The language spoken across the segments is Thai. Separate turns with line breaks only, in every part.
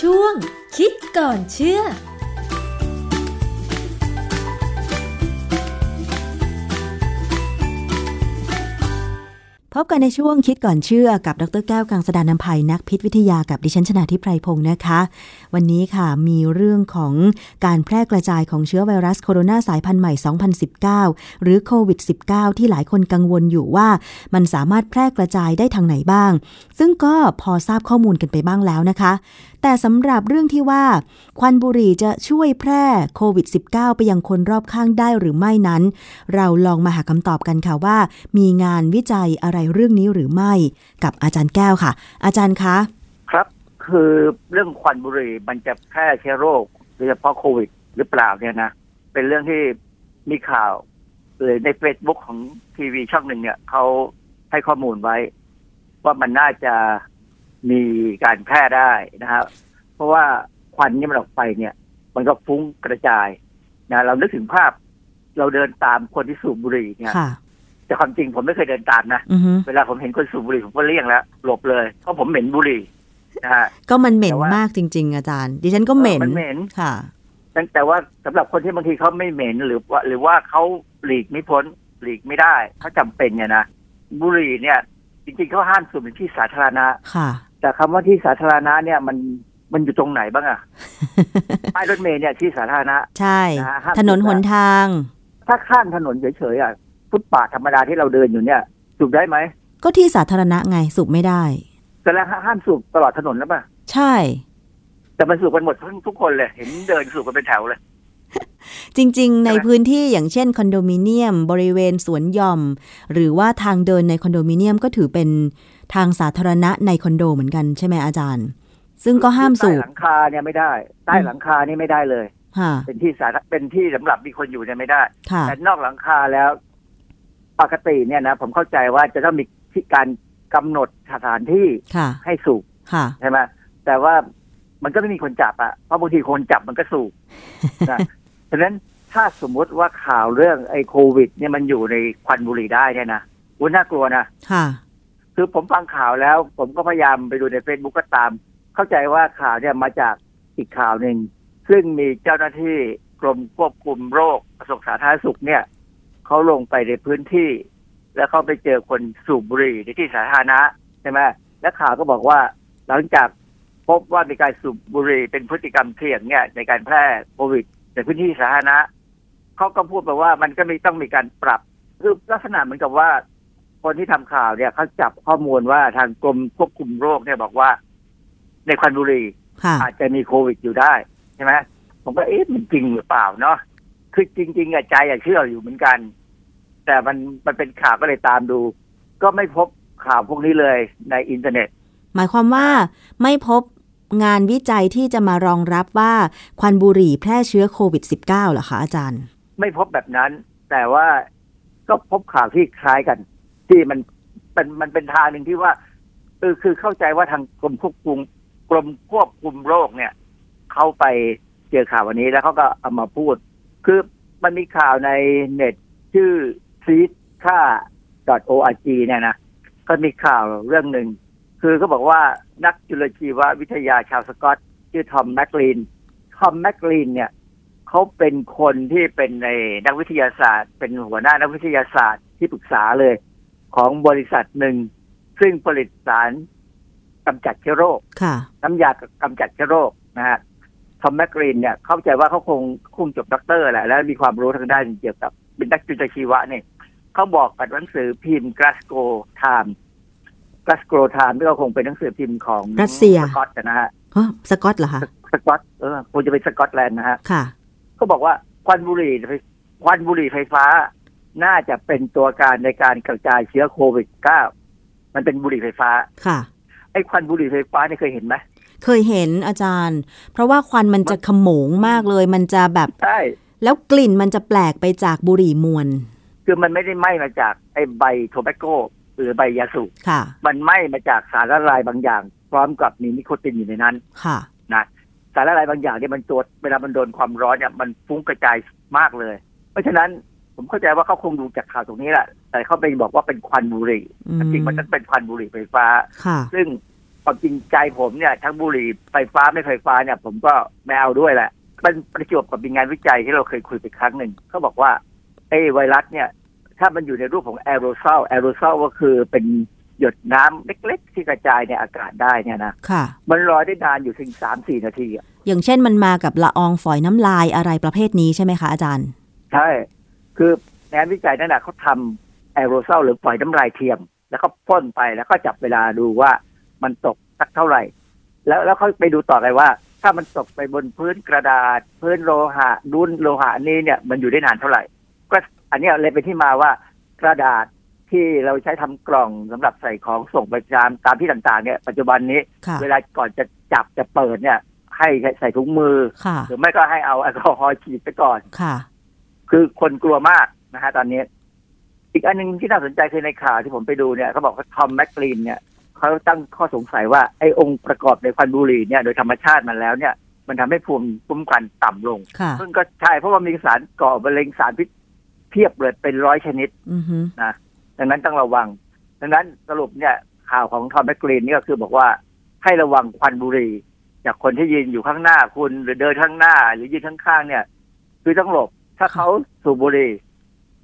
ช่วง คิดก่อนเชื่อ
พบกันในช่วงคิดก่อนเชื่อกับดรแก้วกังสดานนภัยนักพิษวิทยากับดิฉันชนาทิพไพรพงศ์นะคะ วันนี้ค่ะมีเรื่องของการแพร่กระจายของเชื้อไวรัสโคโรนาสายพันธุ์ใหม่ 2019 หรือโควิด -19 ที่หลายคนกังวลอยู่ว่า มันสามารถแพร่กระจายได้ทางไหนบ้าง ซึ่งก็พอทราบข้อมูลกันไปบ้างแล้วนะคะ แต่สำหรับเรื่องที่ว่า ควันบุหรี่จะช่วยแพร่โควิด -19 ไปยังคนรอบข้างได้หรือไม่นั้น เราลองมาหาคำตอบกันค่ะว่า มีงานวิจัยอะไรเรื่องนี้หรือไม่ กับอาจารย์แก้วค่ะ อาจารย์คะ
ครับ คือเรื่องควันบุหรี่มันจะแพร่เชื้อโรคโดยเฉพาะโควิด หรือเปล่าเนี่ยนะ เป็นเรื่องที่มีข่าวเลยใน Facebook ของทีวีช่องหนึ่งเนี่ยเขาให้ข้อมูลไว้ ว่ามันน่าจะมีการแพร่ได้นะครับ เพราะว่าควันนี่มันออกไปเนี่ย มันก็ฟุ้งกระจายนะเรานึกถึงภาพ เราเดินตามคนที่สูบบุหรี่เนี่ย
ค่ะ
แต่ความจริงผมไม่เคยเดินตามนะ
อือฮึ
เวลาผมเห็นคนสูบบุหรี่ผมก็เลี่ยงแล้วหลบเลยเพราะผมเหม็นบุหรี่นะฮะ
ก็มันเหม็น
แต่ว่าม
มากจริง ๆ อาจารย์ ดิฉันก็เหม็
เออมันเหม็น
ค่ะ
ตั้งแต่ว่าสำหรับคนที่บางทีเขาไม่เหม็นหรือว่าหรือว่าเขาหลีกไม่พ้นหลีกไม่ได้เขาจำเป็นเนี่ยนะบุหรี่เนี่ย จริงๆเขาห้ามสูบในที่สาธารณะ
ค่ะ
แต่คำว่าที่สาธารณะเนี่ยมันมันอยู่ตรงไหนบ้าง อะ ป้ายรถเมล์เนี่ยที่สาธารณะ
ใช่
นะฮะ
ถนนหนทาง
ถ้าข้างถนนเฉยๆอะฟุตปาทธรรมดาที่เราเดินอยู่เนี่ยสูบได้ไหม
ก็ที่สาธารณะไงสูบไม่ได้
แต่แล้วห้ามสูบตลอดถนนแล้วป่ะ
ใช่
แต่มันสูบกันหมดทั้งทุกคนเลย เห็นเดินสูบกันเป็นแถวเลย
จริง ๆ ใน
ใช่ไหม
พื้นที่อย่างเช่นคอนโดมิเนียม บริเวณสวนหย่อม หรือว่าทางเดินในคอนโดมิเนียมก็ถือเป็นทางสาธารณะในคอนโดเหมือนกันใช่ไหมอาจารย์ ซึ่งก็ห้ามสู
ใต้
บ
หลังคาเนี่ยไม่ได้ใต้หลังคานี่ไม่ได้เลย
ค่ะ
เป็นที่สาธารณะเป็นที่สำหรับมีคนอยู่เนี่ยไม่ได้
ค่ะ
แต่นอกหลังคาแล้ว ปกติเนี่ยนะผมเข้าใจว่าจะต้องมีที่การกำหนดสถานที่
ค่ะ
ให้สูบ
ค่ะ
ใช่ไหมแต่ว่ามันก็ไม่มีคนจับอะเพราะบางทีคนจับมันก็สู บนะ ฉะนั้นถ้าสมมุติว่าข่าวเรื่องไอ้โควิด เนี่ยมันอยู่ในควันบุหรี่ได้เนี่ยนะอุ้ยน่ากลัวนะ
ค่ะ
คือผมฟังข่าวแล้ว ผมก็พยายามไปดูใน Facebook ก็ตาม เข้าใจว่าข่าวเนี่ยมาจากอีกข่าวหนึ่งซึ่งมีเจ้าหน้าที่กรมควบคุมโรคกระทรวงสาธารณสุขเนี่ยเขาลงไปในพื้นที่ แล้วเขาไปเจอคนสูบบุหรี่ในที่สาธารณะใช่ไหมและข่าวก็บอกว่าหลังจากพบว่ามีการสูบบุหรี่เป็นพฤติกรรมเสี่ยงเนี่ยในการแพร่โควิดในพื้นที่สาธารณะเขาก็พูดไปว่ามันก็มีต้องมีการปรับคือลักษณะเหมือนกับว่า คนที่ทำข่าวเนี่ยเขาจับข้อมูลว่าทางกรมควบคุมโรคเนี่ยบอกว่า ในควันบุหรี่
ค่ะ
อาจจะมีโควิดอยู่ได้ใช่ไหมผมก็เอ๊ะมันจริงหรือเปล่าเนาะคือจริงๆอะใจอะเชื่ออยู่เหมือนกัน แต่มันมันเป็นข่าวก็เลยตามดู ก็ไม่พบข่าวพวกนี้เลยในอินเทอร์เน็ต
หมายความว่าไม่พบงานวิจัยที่จะมารองรับว่าควันบุหรี่แพร่เชื้อโควิด -19 เหรอคะอาจารย์
ไม่พบแบบนั้น แต่ว่าก็พบข่าวที่คล้ายกัน ที่มันเป็นมันเป็นทางหนึ่งที่ว่าเออคือเข้าใจว่าทางกรมควบคุมกรมควบคุมโรคเนี่ยเขาไปเจอข่าววันนี้แล้วเขาก็เอามาพูด คือมันมีข่าวในเน็ตชื่อ c e e d c a .org เนี่ยนะก็มีข่าวเรื่องหนึ่ง คือเขาบอกว่านักจุลชีววิทยาชาวสกอต ชื่อทอมแมกลีนทอมแมกลีนเนี่ย เขาเป็นคนที่เป็นในนักวิทยาศาสตร์ เป็นหัวหน้านักวิทยาศาสตร์ที่ปรึกษาเลย ของบริษัทหนึ่ง ซึ่งผลิตสารกำจัดเชื้อโรค
ค่ะ
น้ำยากำจัดเชื้อโรคนะฮะทอมแมกรีนเนี่ย เข้าใจว่าเขาคงคงจบด็อกเตอร์แหละ แล้วมีความรู้ทางด้านเกี่ยวกับเป็นนักจุลชีวะเนี่ยเขาบอกกับหนังสือพิมพ์ Glasgow Times Glasgow Times นี่ก็คงเป็นหนังสือพิมพ์ของ
รัสเซีย
สกอตนะฮะ
ฮะสกอตเหรอคะ
สกอตเออคงจะเป็นสกอตแลนด์นะฮะ
ค่ะ
ก็บอกว่าควันบุหรี่ไฟควันบุหรี่ไฟฟ้า น่าจะเป็นตัวการในการกระจายเชื้อโควิด -9 มันเป็นบุหรี่ไฟฟ้า
ค่ะ
ไอ้ควันบุหรี่ไฟฟ้าเนี่ยเคยเห็นไหม
เคยเห็นอาจารย์ เพราะว่าควันมันจะขโมงมากเลย มันจะแบบ
ใช่
แล้วกลิ่นมันจะแปลกไปจากบุหรี่มวน
คือมันไม่ได้ไหม้มาจากไอ้ใบโทเบโก้หรือใบยาสูบ
ค่ะ
มันไหม้มาจากสารละลายบางอย่าง พร้อมกับมีนิโคตินอยู่ในนั้น
ค่ะ
นะสารละลายบางอย่างเนี่ยมันตัวเวลามันโดนความร้อนเนี่ยมันฟุ้งกระจายมากเลย เพราะฉะนั้นผมเข้าใจว่าเขาคงดูจากข่าวตรงนี้แหละแต่เขาไปบอกว่าเป็นควันบุหรี่
อืม
จริงๆมันต้องเป็นควันบุหรี่ไฟฟ้า
ค่ะ
ซึ่ง ความจริงใจผมเนี่ยทั้งบุหรี่ไฟฟ้าไม่ไฟฟ้าเนี่ย ผมก็ไม่เอาด้วยแหละเป็นประจวบกับมีงานวิจัยที่เราเคยคุยไปครั้งหนึ่งเขาบอกว่าไอ้ไวรัสเนี่ย ถ้ามันอยู่ในรูปของแอโรซอลแอโรซอลก็คือเป็นหยดน้ำเล็กๆ ที่กระจายในอากาศได้เนี่ยนะ
ค่ะ
มันลอยได้นานอยู่ถึงสามสี่นาทีอะ
อย่างเช่นมันมากับละอองฝอยน้ำลายอะไรประเภทนี้ใช่ไหมคะอาจารย์
ใช่ คืองานวิจัยนั่นนะเขาทำแอโรซอลหรือปล่อยน้ำลายเทียม แล้วก็พ่นไปแล้วก็จับเวลาดูว่ามันตกสักเท่าไหร่ แล้วแล้วเขาไปดูต่อเลยว่า ถ้ามันตกไปบนพื้นกระดาษ พื้นโลหะดุนโลหะนี้เนี่ย มันอยู่ได้นานเท่าไหร่ ก็อันเนี้ยเลยเป็นที่มาว่ากระดาษที่เราใช้ทำกล่องสำหรับใส่ของส่งไปตามตามที่ต่างๆเนี่ยปัจจุบันนี้
ค่ะ
เวลาก่อนจะจับจะเปิดเนี่ย ให้ใส่ถุงมือ
ค่ะ
หรือไม่ก็ให้เอาแอลกอฮอล์ฉีดไปก่อน
ค่ะ
คือคนกลัวมากนะฮะตอนนี้ อีกอันหนึงที่น่าสนใจคือในข่าวที่ผมไปดูเนี่ยเขาบอกว่าทอมแมคลีนเนี่ยเขาตั้งข้อสงสัยว่าไอ้องค์ประกอบในควันบุหรี่เนี่ยโดยธรรมชาติมันแล้วเนี่ย มันทำให้ภูมิคุ้มกันต่ำลง
ค่ะ
ซึ่งก็ใช่เพราะว่ามีสารก่อมะเร็งสารพิษเพียบเลยเป็นร้อยชนิด
อือฮึ
ดังนั้นต้องระวัง ดังนั้นสรุปเนี่ยข่าวของทอมแมคกรีนนี่ก็คือบอกว่าให้ระวังควันบุหรี่จากคนที่ยืนอยู่ข้างหน้าคุณหรือเดินข้างหน้า หรือยืนข้างๆเนี่ย คือต้องหลบ ถ้าเขาสูบบุหรี่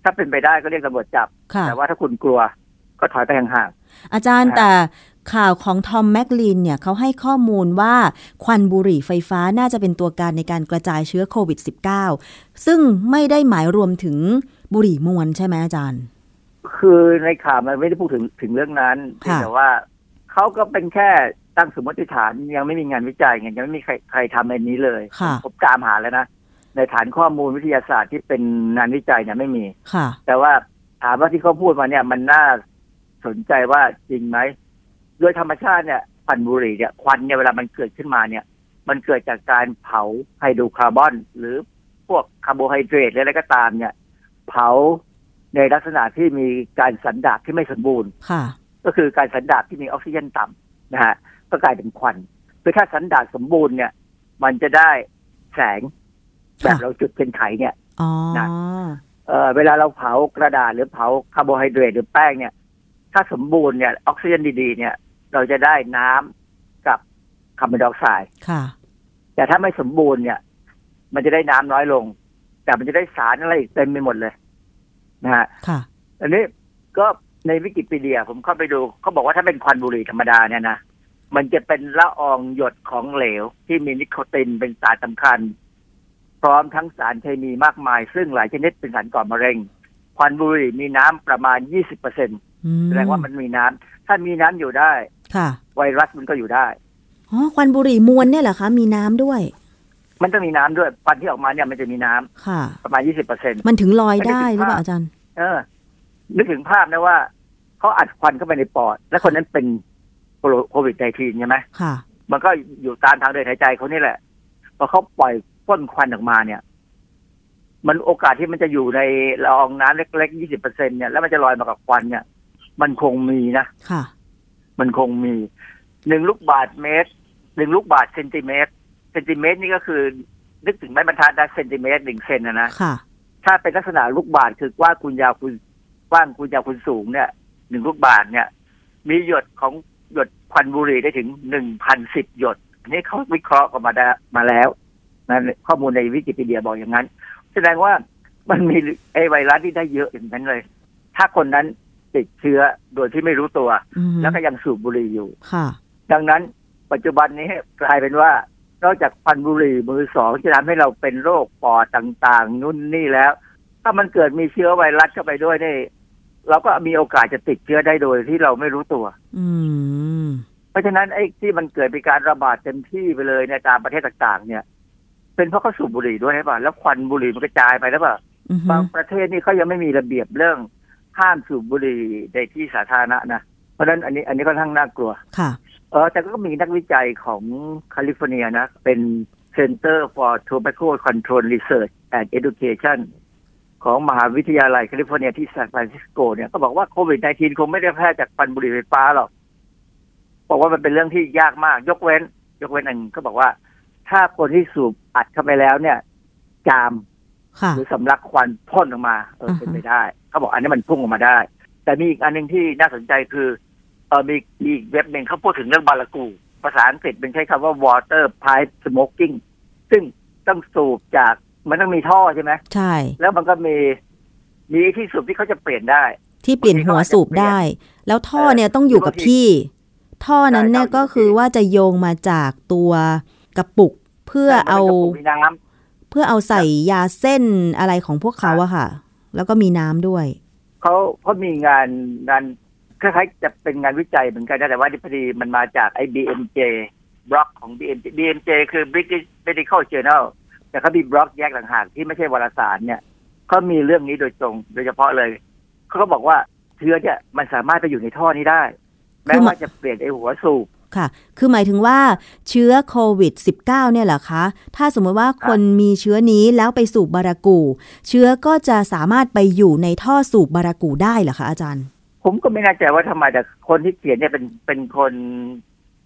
ถ้าเป็นไปได้ก็เรียกตำรวจจับ
ค่ะ
แต่ว่าถ้าคุณกลัว ก็ถอยไปห่าง
อาจารย์
นะ
แต่ข่าวของทอมแมกลินเนี่ยเขาให้ข้อมูลว่าควันบุหรี่ไฟฟ้าน่าจะเป็นตัวการในการกระจายเชื้อโควิด -19 ซึ่งไม่ได้หมายรวมถึงบุหรี่มวนใช่ไหมอาจารย์
ๆคือในข่าวมันไม่ได้พูดถึงถึงเรื่องนั้น
ค่ะ
แต่ว่าเขาก็เป็นแค่ตั้งสมมติฐานยังไม่มีงานวิจัยไงยังไม่มีใครใครทำอันนี้เลย
ค่ะ
ผมตามหาแล้วนะในฐานข้อมูลวิทยาศาสตร์ที่เป็นงานวิจัยเนี่ยไม่มี
ค่ะ
แต่ว่าถามว่าที่เขาพูดมาเนี่ย มันน่าสนใจว่าจริงไหมโดยธรรมชาติเนี่ยควันบุหรี่เนี่ยควันเนี่ยเวลามันเกิดขึ้นมาเนี่ย มันเกิดจากการเผาไฮโดรคาร์บอน หรือพวกคาร์โบไฮเดรตหรืออะไรก็ตามเนี่ย เผาในลักษณะที่มีการสันดาบที่ไม่สมบูรณ์
ค่ะ
ก็คือการสันดาบที่มีออกซิเจนต่ำนะฮะก็กลายเป็นควันคือถ้าสันดาบสมบูรณ์เนี่ย มันจะได้แสงแบบ
ค่ะ
เราจุดเป็นไขเนี่ย
อ๋อ
นะ เอ่อเวลาเราเผากระดาษหรือเผาคาร์โบไฮเดรตหรือแป้งเนี่ย ถ้าสมบูรณ์เนี่ยออกซิเจนดีๆเนี่ย เราจะได้น้ำกับคาร์บอนไดออกไซด์
ค่ะ
แต่ถ้าไม่สมบูรณ์เนี่ย มันจะได้น้ำน้อยลง แต่มันจะได้สารอะไรอีกเต็มไปหมดเลยนะฮะ
ค่ะ
อันนี้ก็ในวิกิพีเดียผมเข้าไปดูเขาบอกว่าถ้าเป็นควันบุหรี่ธรรมดาเนี่ยนะมันจะเป็นละอองหยดของเหลว ที่มีนิโคตินเป็นสารสำคัญ พร้อมทั้งสารเคมีมากมาย ซึ่งหลายชนิดเป็นสารก่อมะเร็ง ควันบุหรี่มีน้ำประมาณ 20%
อืม
แสดงว่ามันมีน้ำถ้ามีน้ำอยู่ได้
ค่ะ
ไวรัสมันก็อยู่ได้
อ๋อควันบุหรี่มวนเนี่ยเหรอคะมีน้ำด้วย
มันต้องมีน้ำด้วยควันที่ออกมาเนี่ยมันจะมีน้ำ
ค่ะ
ประมาณ 20%
มันถึงลอยได้หรือเปล่าอาจารย์
เออ นึกถึงภาพนะว่าเขาอัดควันเข้าไปในปอด และคนนั้นเป็นโควิด -19 ใช่ไหม
ค่ะ
มันก็อยู่ตามทางเดินหายใจเขานี่แหละพอเขาปล่อยพ่นควันออกมาเนี่ย มันโอกาสที่มันจะอยู่ในละอองน้ำเล็กๆ 20%เนี่ย แล้วมันจะลอยมากับควันเนี่ย มันคงมีนะ
ค่ะ
มันคงมีหนึ่งลูกบาทเมตรหนึ่งลูกบาทเซนติเมตรเซนติเมตรนี่ก็คือ นึกถึงไม้บรรทัดนะเซนติเมตรหนึ่งเซนนะนะ
ค่ะ
ถ้าเป็นลักษณะลูกบาทคือกว้างคูณยาวคูณกว้างคูณยาวคูณสูงเนี่ยหนึ่งลูกบาทเนี่ย มีหยดของหยดควันบุหรี่ได้ถึงหนึ่งพันสิบหยดอันนี้เขาวิเคราะห์ออกมาได้มาแล้วนะข้อมูลในวิกิพีเดียบอกอย่างนั้น แสดงว่ามันมีไอไวรัสที่ได้เยอะอย่างนั้นเลย ถ้าคนนั้นติดเชื้อโดยที่ไม่รู้ตัว
อืม
แล้วก็ยังสูบบุหรี่อยู่
ค่ะ
ดังนั้นปัจจุบันนี้กลายเป็นว่านอกจากควันบุหรี่มือสองที่ทำให้เราเป็นโรคปอดต่างๆ นู่นนี่แล้ว ถ้ามันเกิดมีเชื้อไวรัสเข้าไปด้วยนี่เราก็มีโอกาสจะติดเชื้อได้โดยที่เราไม่รู้ตัว
อืม
เพราะฉะนั้นไอ้ที่มันเกิดเป็นการระบาดเต็มที่ไปเลยเนี่ยตามประเทศต่างๆ เนี่ย เป็นเพราะเขาสูบบุหรี่ด้วยใช่ป่ะแล้วควันบุหรี่มันกระจายไปแล้วป่ะ
อือฮึ
บางประเทศนี่เขายังไม่มีระเบียบเรื่องห้ามสูบบุหรี่ในที่สาธารณะนะเพราะฉะนั้นอันนี้อันนี้ค่อนข้างน่ากลัว
ค่ะ
เออแต่ก็มีนักวิจัยของแคลิฟอร์เนียนะ เป็น Center for Tobacco Control Research and Education ของมหาวิทยาลัยแคลิฟอร์เนียที่ซานฟรานซิสโกเนี่ยก็บอกว่าโควิด -19 คงไม่ได้แพร่จากควันบุหรี่ไฟฟ้าหรอก บอกว่ามันเป็นเรื่องที่ยากมาก ยกเว้น ยกเว้นอันก็บอกว่า ถ้าคนที่สูบอัดเข้าไปแล้วเนี่ย จาม
ค่ะ
หรือสำลักควันพ่นออกมา เออ
อ่าฮะ
เป็นไปได้ เขาบอกอันนี้มันพุ่งออกมาได้ แต่มีอีกอันหนึ่งที่น่าสนใจคือ เออมีมีอีกเว็บหนึ่งเขาพูดถึงเรื่องบาลากู ภาษาอังกฤษมันใช้คำว่า water pipe smoking ซึ่งต้องสูบจากมันต้องมีท่อใช่ไหม
ใช่
แล้วมันก็มี มีที่สูบที่เขาจะเปลี่ยนได้
ที่เปลี่ยนหัวสูบได้ แล้วท่อเนี่ยต้องอยู่กับที่ ท่อนั้นเนี่ยก็คือว่าจะโยงมาจากตัวกระปุก เพื่อเอา
แล้วมันก็มีน้ำ
เพื่อเอาใส่ยาเส้นอะไรของพวกเขาอะค่ะ แล้วก็มีน้ำด้วย
เขาเขามีงานงานคล้ายๆจะเป็นงานวิจัยเหมือนกันนะแต่ว่าที่พอดีมันมาจากไอ้ BMJ บล็อกของ BMJ BMJ คือ British Medical Journal แต่เขามีบล็อกแยกต่างหากที่ไม่ใช่วารสารเนี่ยเขามีเรื่องนี้โดยตรงโดยเฉพาะเลยเขาก็บอกว่าเชื้อเนี่ยมันสามารถไปอยู่ในท่อนี้ได้ แม้ว่าจะเปลี่ยนไอ้หัวสูบ
ค่ะ คือหมายถึงว่าเชื้อโควิด -19 เนี่ยเหรอคะ ถ้าสมมติว่าคนมีเชื้อนี้แล้วไปสูบบารากู เชื้อก็จะสามารถไปอยู่ในท่อสูบบารากูได้เหรอคะอาจารย์
ผมก็ไม่แน่ใจว่าทำไมแต่คนที่เขียนเนี่ยเป็นเป็นคน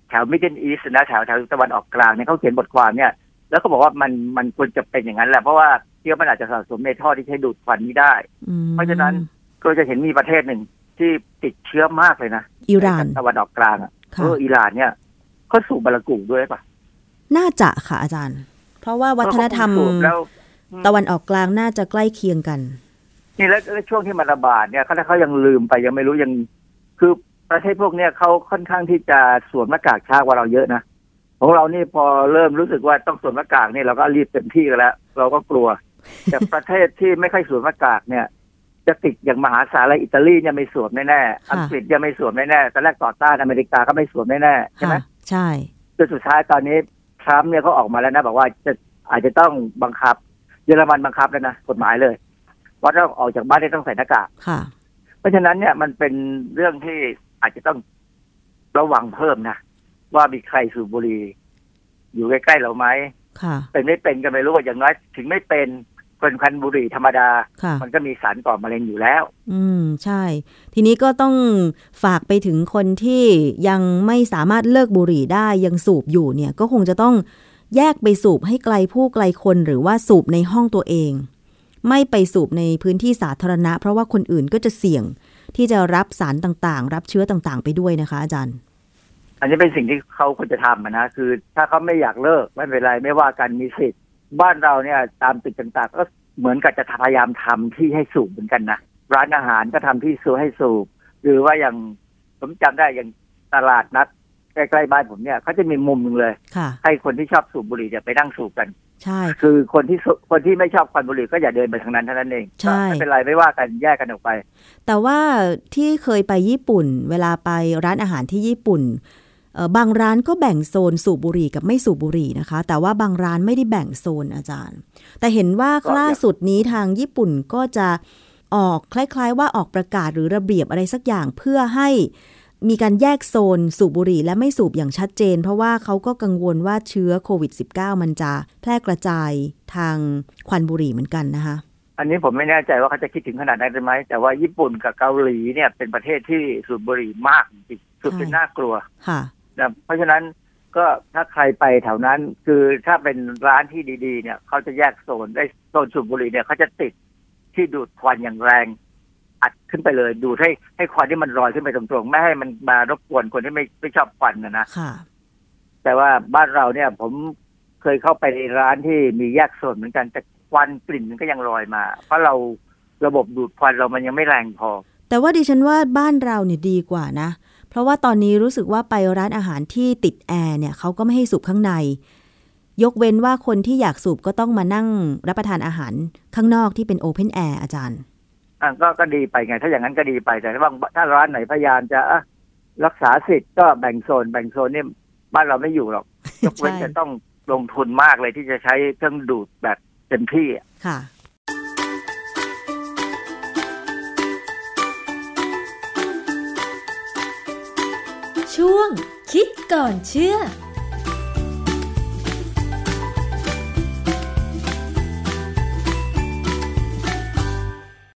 แถวมิดเดิลอีสนะแถวแถวตะวันออกกลางเนี่ยเขาเขียนบทความเนี่ย แล้วก็บอกว่ามันมันควรจะเป็นอย่างนั้นแหละ เพราะว่าเชื้อมันอาจจะสะสมในท่อที่ใช้ดูดควันนี้ได้
อืม
เพราะฉะนั้นก็จะเห็นมีประเทศหนึ่งที่ติดเชื้อมากเลยนะ
อิหร่าน
ใตะวันออกกลางอะ
ค่ะ
เอออิหร่านเนี่ยเขาสูบบารากูด้วยป่ะ
น่าจะค่ะอาจารย์ เพราะว่าวัฒนธรรม
เขาคงสูบแล้ว
ตะวันออกกลางน่าจะใกล้เคียงกัน
นี่แล้วแล้วช่วงที่มันระบาดเนี่ยเขาเขายังลืมไปยังไม่รู้ยังคือประเทศพวกเนี้ยเขาค่อนข้างที่จะสวมหน้ากากช้ากว่าเราเยอะนะของเรานี่พอเริ่มรู้สึกว่าต้องสวมหน้ากากเนี่ยเราก็รีบเต็มที่กันแล้ว เราก็กลัว แต่ประเทศที่ไม่ค่อยสวมหน้ากากเนี่ย จะติดอย่างมหาศาลเลยอิตาลีเนี่ยไม่สวมแน่ๆ
ค่ะ
อังกฤษยังไม่สวมแน่ๆตอนแรกต่อต้านอเมริกาก็ไม่สวมแน่ๆใช่ไหม
ค่ะ ใช่
จนสุดท้ายตอนนี้ทรัมป์เนี่ยเขาออกมาแล้วนะบอกว่าจะอาจจะต้องบังคับ เยอรมันบังคับแล้วนะกฎหมายเลยว่าต้องออกจากบ้านได้ต้องใส่หน้ากาก
ค่ะ
เพราะฉะนั้นเนี่ยมันเป็นเรื่องที่อาจจะต้องระวังเพิ่มนะ ว่ามีใครสูบบุหรี่อยู่ใกล้ๆเราไหม
ค่ะ
เป็นไม่เป็นก็ไม่รู้อย่างน้อยถึงไม่เป็นคนควันบุหรี่ธรรมดา
ค่ะ
มันก็มีสารก่อมะเร็งอยู่แล้ว
อืม ใช่ ทีนี้ก็ต้องฝากไปถึงคนที่ยังไม่สามารถเลิกบุหรี่ได้ยังสูบอยู่เนี่ย ก็คงจะต้องแยกไปสูบให้ไกลผู้ไกลคนหรือว่าสูบในห้องตัวเอง ไม่ไปสูบในพื้นที่สาธารณะ เพราะว่าคนอื่นก็จะเสี่ยง ที่จะรับสารต่างๆ รับเชื้อต่างๆ ไปด้วยนะคะ อาจารย์
อันนี้เป็นสิ่งที่เขาควรจะทำอะนะคือ ถ้าเขาไม่อยากเลิกไม่เป็นไรไม่ว่ากันมีสิทธิ์บ้านเราเนี่ย ตามตึกต่างๆก็เหมือนกับจะพยายามทำที่ให้สูบเหมือนกันนะร้านอาหารก็ทำที่สูบให้สูบ หรือว่าอย่างผมจำได้อย่างตลาดนัดใกล้ๆบ้านผมเนี่ยเขาจะมีมุมหนึ่งเลย
ค่ะ
ให้คนที่ชอบสูบบุหรี่เนี่ยไปนั่งสูบกัน
ใช่
คือคนที่สูคนที่ไม่ชอบควันบุหรี่ก็อย่าเดินไปทางนั้นเท่านั้นเอง
ใช่
ไม่เป็นไรไม่ว่ากันแยกกันออกไป
แต่ว่าที่เคยไปญี่ปุ่น เวลาไปร้านอาหารที่ญี่ปุ่นเอ่อบางร้านก็แบ่งโซนสูบบุหรี่กับไม่สูบบุหรี่นะคะ แต่ว่าบางร้านไม่ได้แบ่งโซนอาจารย์ แต่เห็นว่า
ก็อย่าง
ล่าสุดนี้ทางญี่ปุ่นก็จะออกคล้ายๆ ว่าออกประกาศหรือระเบียบอะไรสักอย่างเพื่อให้มีการแยกโซนสูบบุหรี่และไม่สูบอย่างชัดเจน เพราะว่าเขาก็กังวลว่าเชื้อโควิด -19 มันจะแพร่กระจายทางควันบุหรี่เหมือนกันนะคะ
อันนี้ผมไม่แน่ใจว่าเขาจะคิดถึงขนาดนั้นหรือไหม แต่ว่าญี่ปุ่นกับเกาหลีเนี่ยเป็นประเทศที่สูบบุหรี่มากจริงๆสูบจน
ใช่
น่ากลัว
ค่ะ
นะเพราะฉะนั้นก็ถ้าใครไปแถวนั้น คือถ้าเป็นร้านที่ดีๆ เนี่ยเขาจะแยกโซนได้โซนสูบบุหรี่เนี่ยเขาจะติดที่ดูดควันอย่างแรง อัดขึ้นไปเลย ดูดให้ให้ควันที่มันลอยขึ้นไปตรงๆไม่ให้มันมารบกวนคนที่ไม่ไม่ชอบควันนะนะ
ค่ะ
แต่ว่าบ้านเราเนี่ยผมเคยเข้าไปในร้านที่มีแยกส่วนเหมือนกันแต่ควันกลิ่นมันก็ยังลอยมา เพราะเราระบบดูดควันเรามันยังไม่แรงพอ
แต่ว่าดิฉันว่าบ้านเราเนี่ยดีกว่านะ เพราะว่าตอนนี้รู้สึกว่าไปร้านอาหารที่ติดแอร์เนี่ยเขาก็ไม่ให้สูบข้างใน ยกเว้นว่าคนที่อยากสูบก็ต้องมานั่งรับประทานอาหารข้างนอกที่เป็นโอเพนแอร์อาจารย์
อ่ะก็ก็ดีไปไง ถ้าอย่างนั้นก็ดีไปแต่ถ้าบางถ้าร้านไหนพยายามจะอ่ะรักษาสิทธิ์ก็แบ่งโซน แบ่งโซนเนี่ยบ้านเราไม่อยู่หรอกยกเว้น
ใช่
จะต้องลงทุนมากเลยที่จะใช้เครื่องดูดแบบเต็มที่อ่ะ
ค่ะ
ช่วงคิดก่อนเชื่อ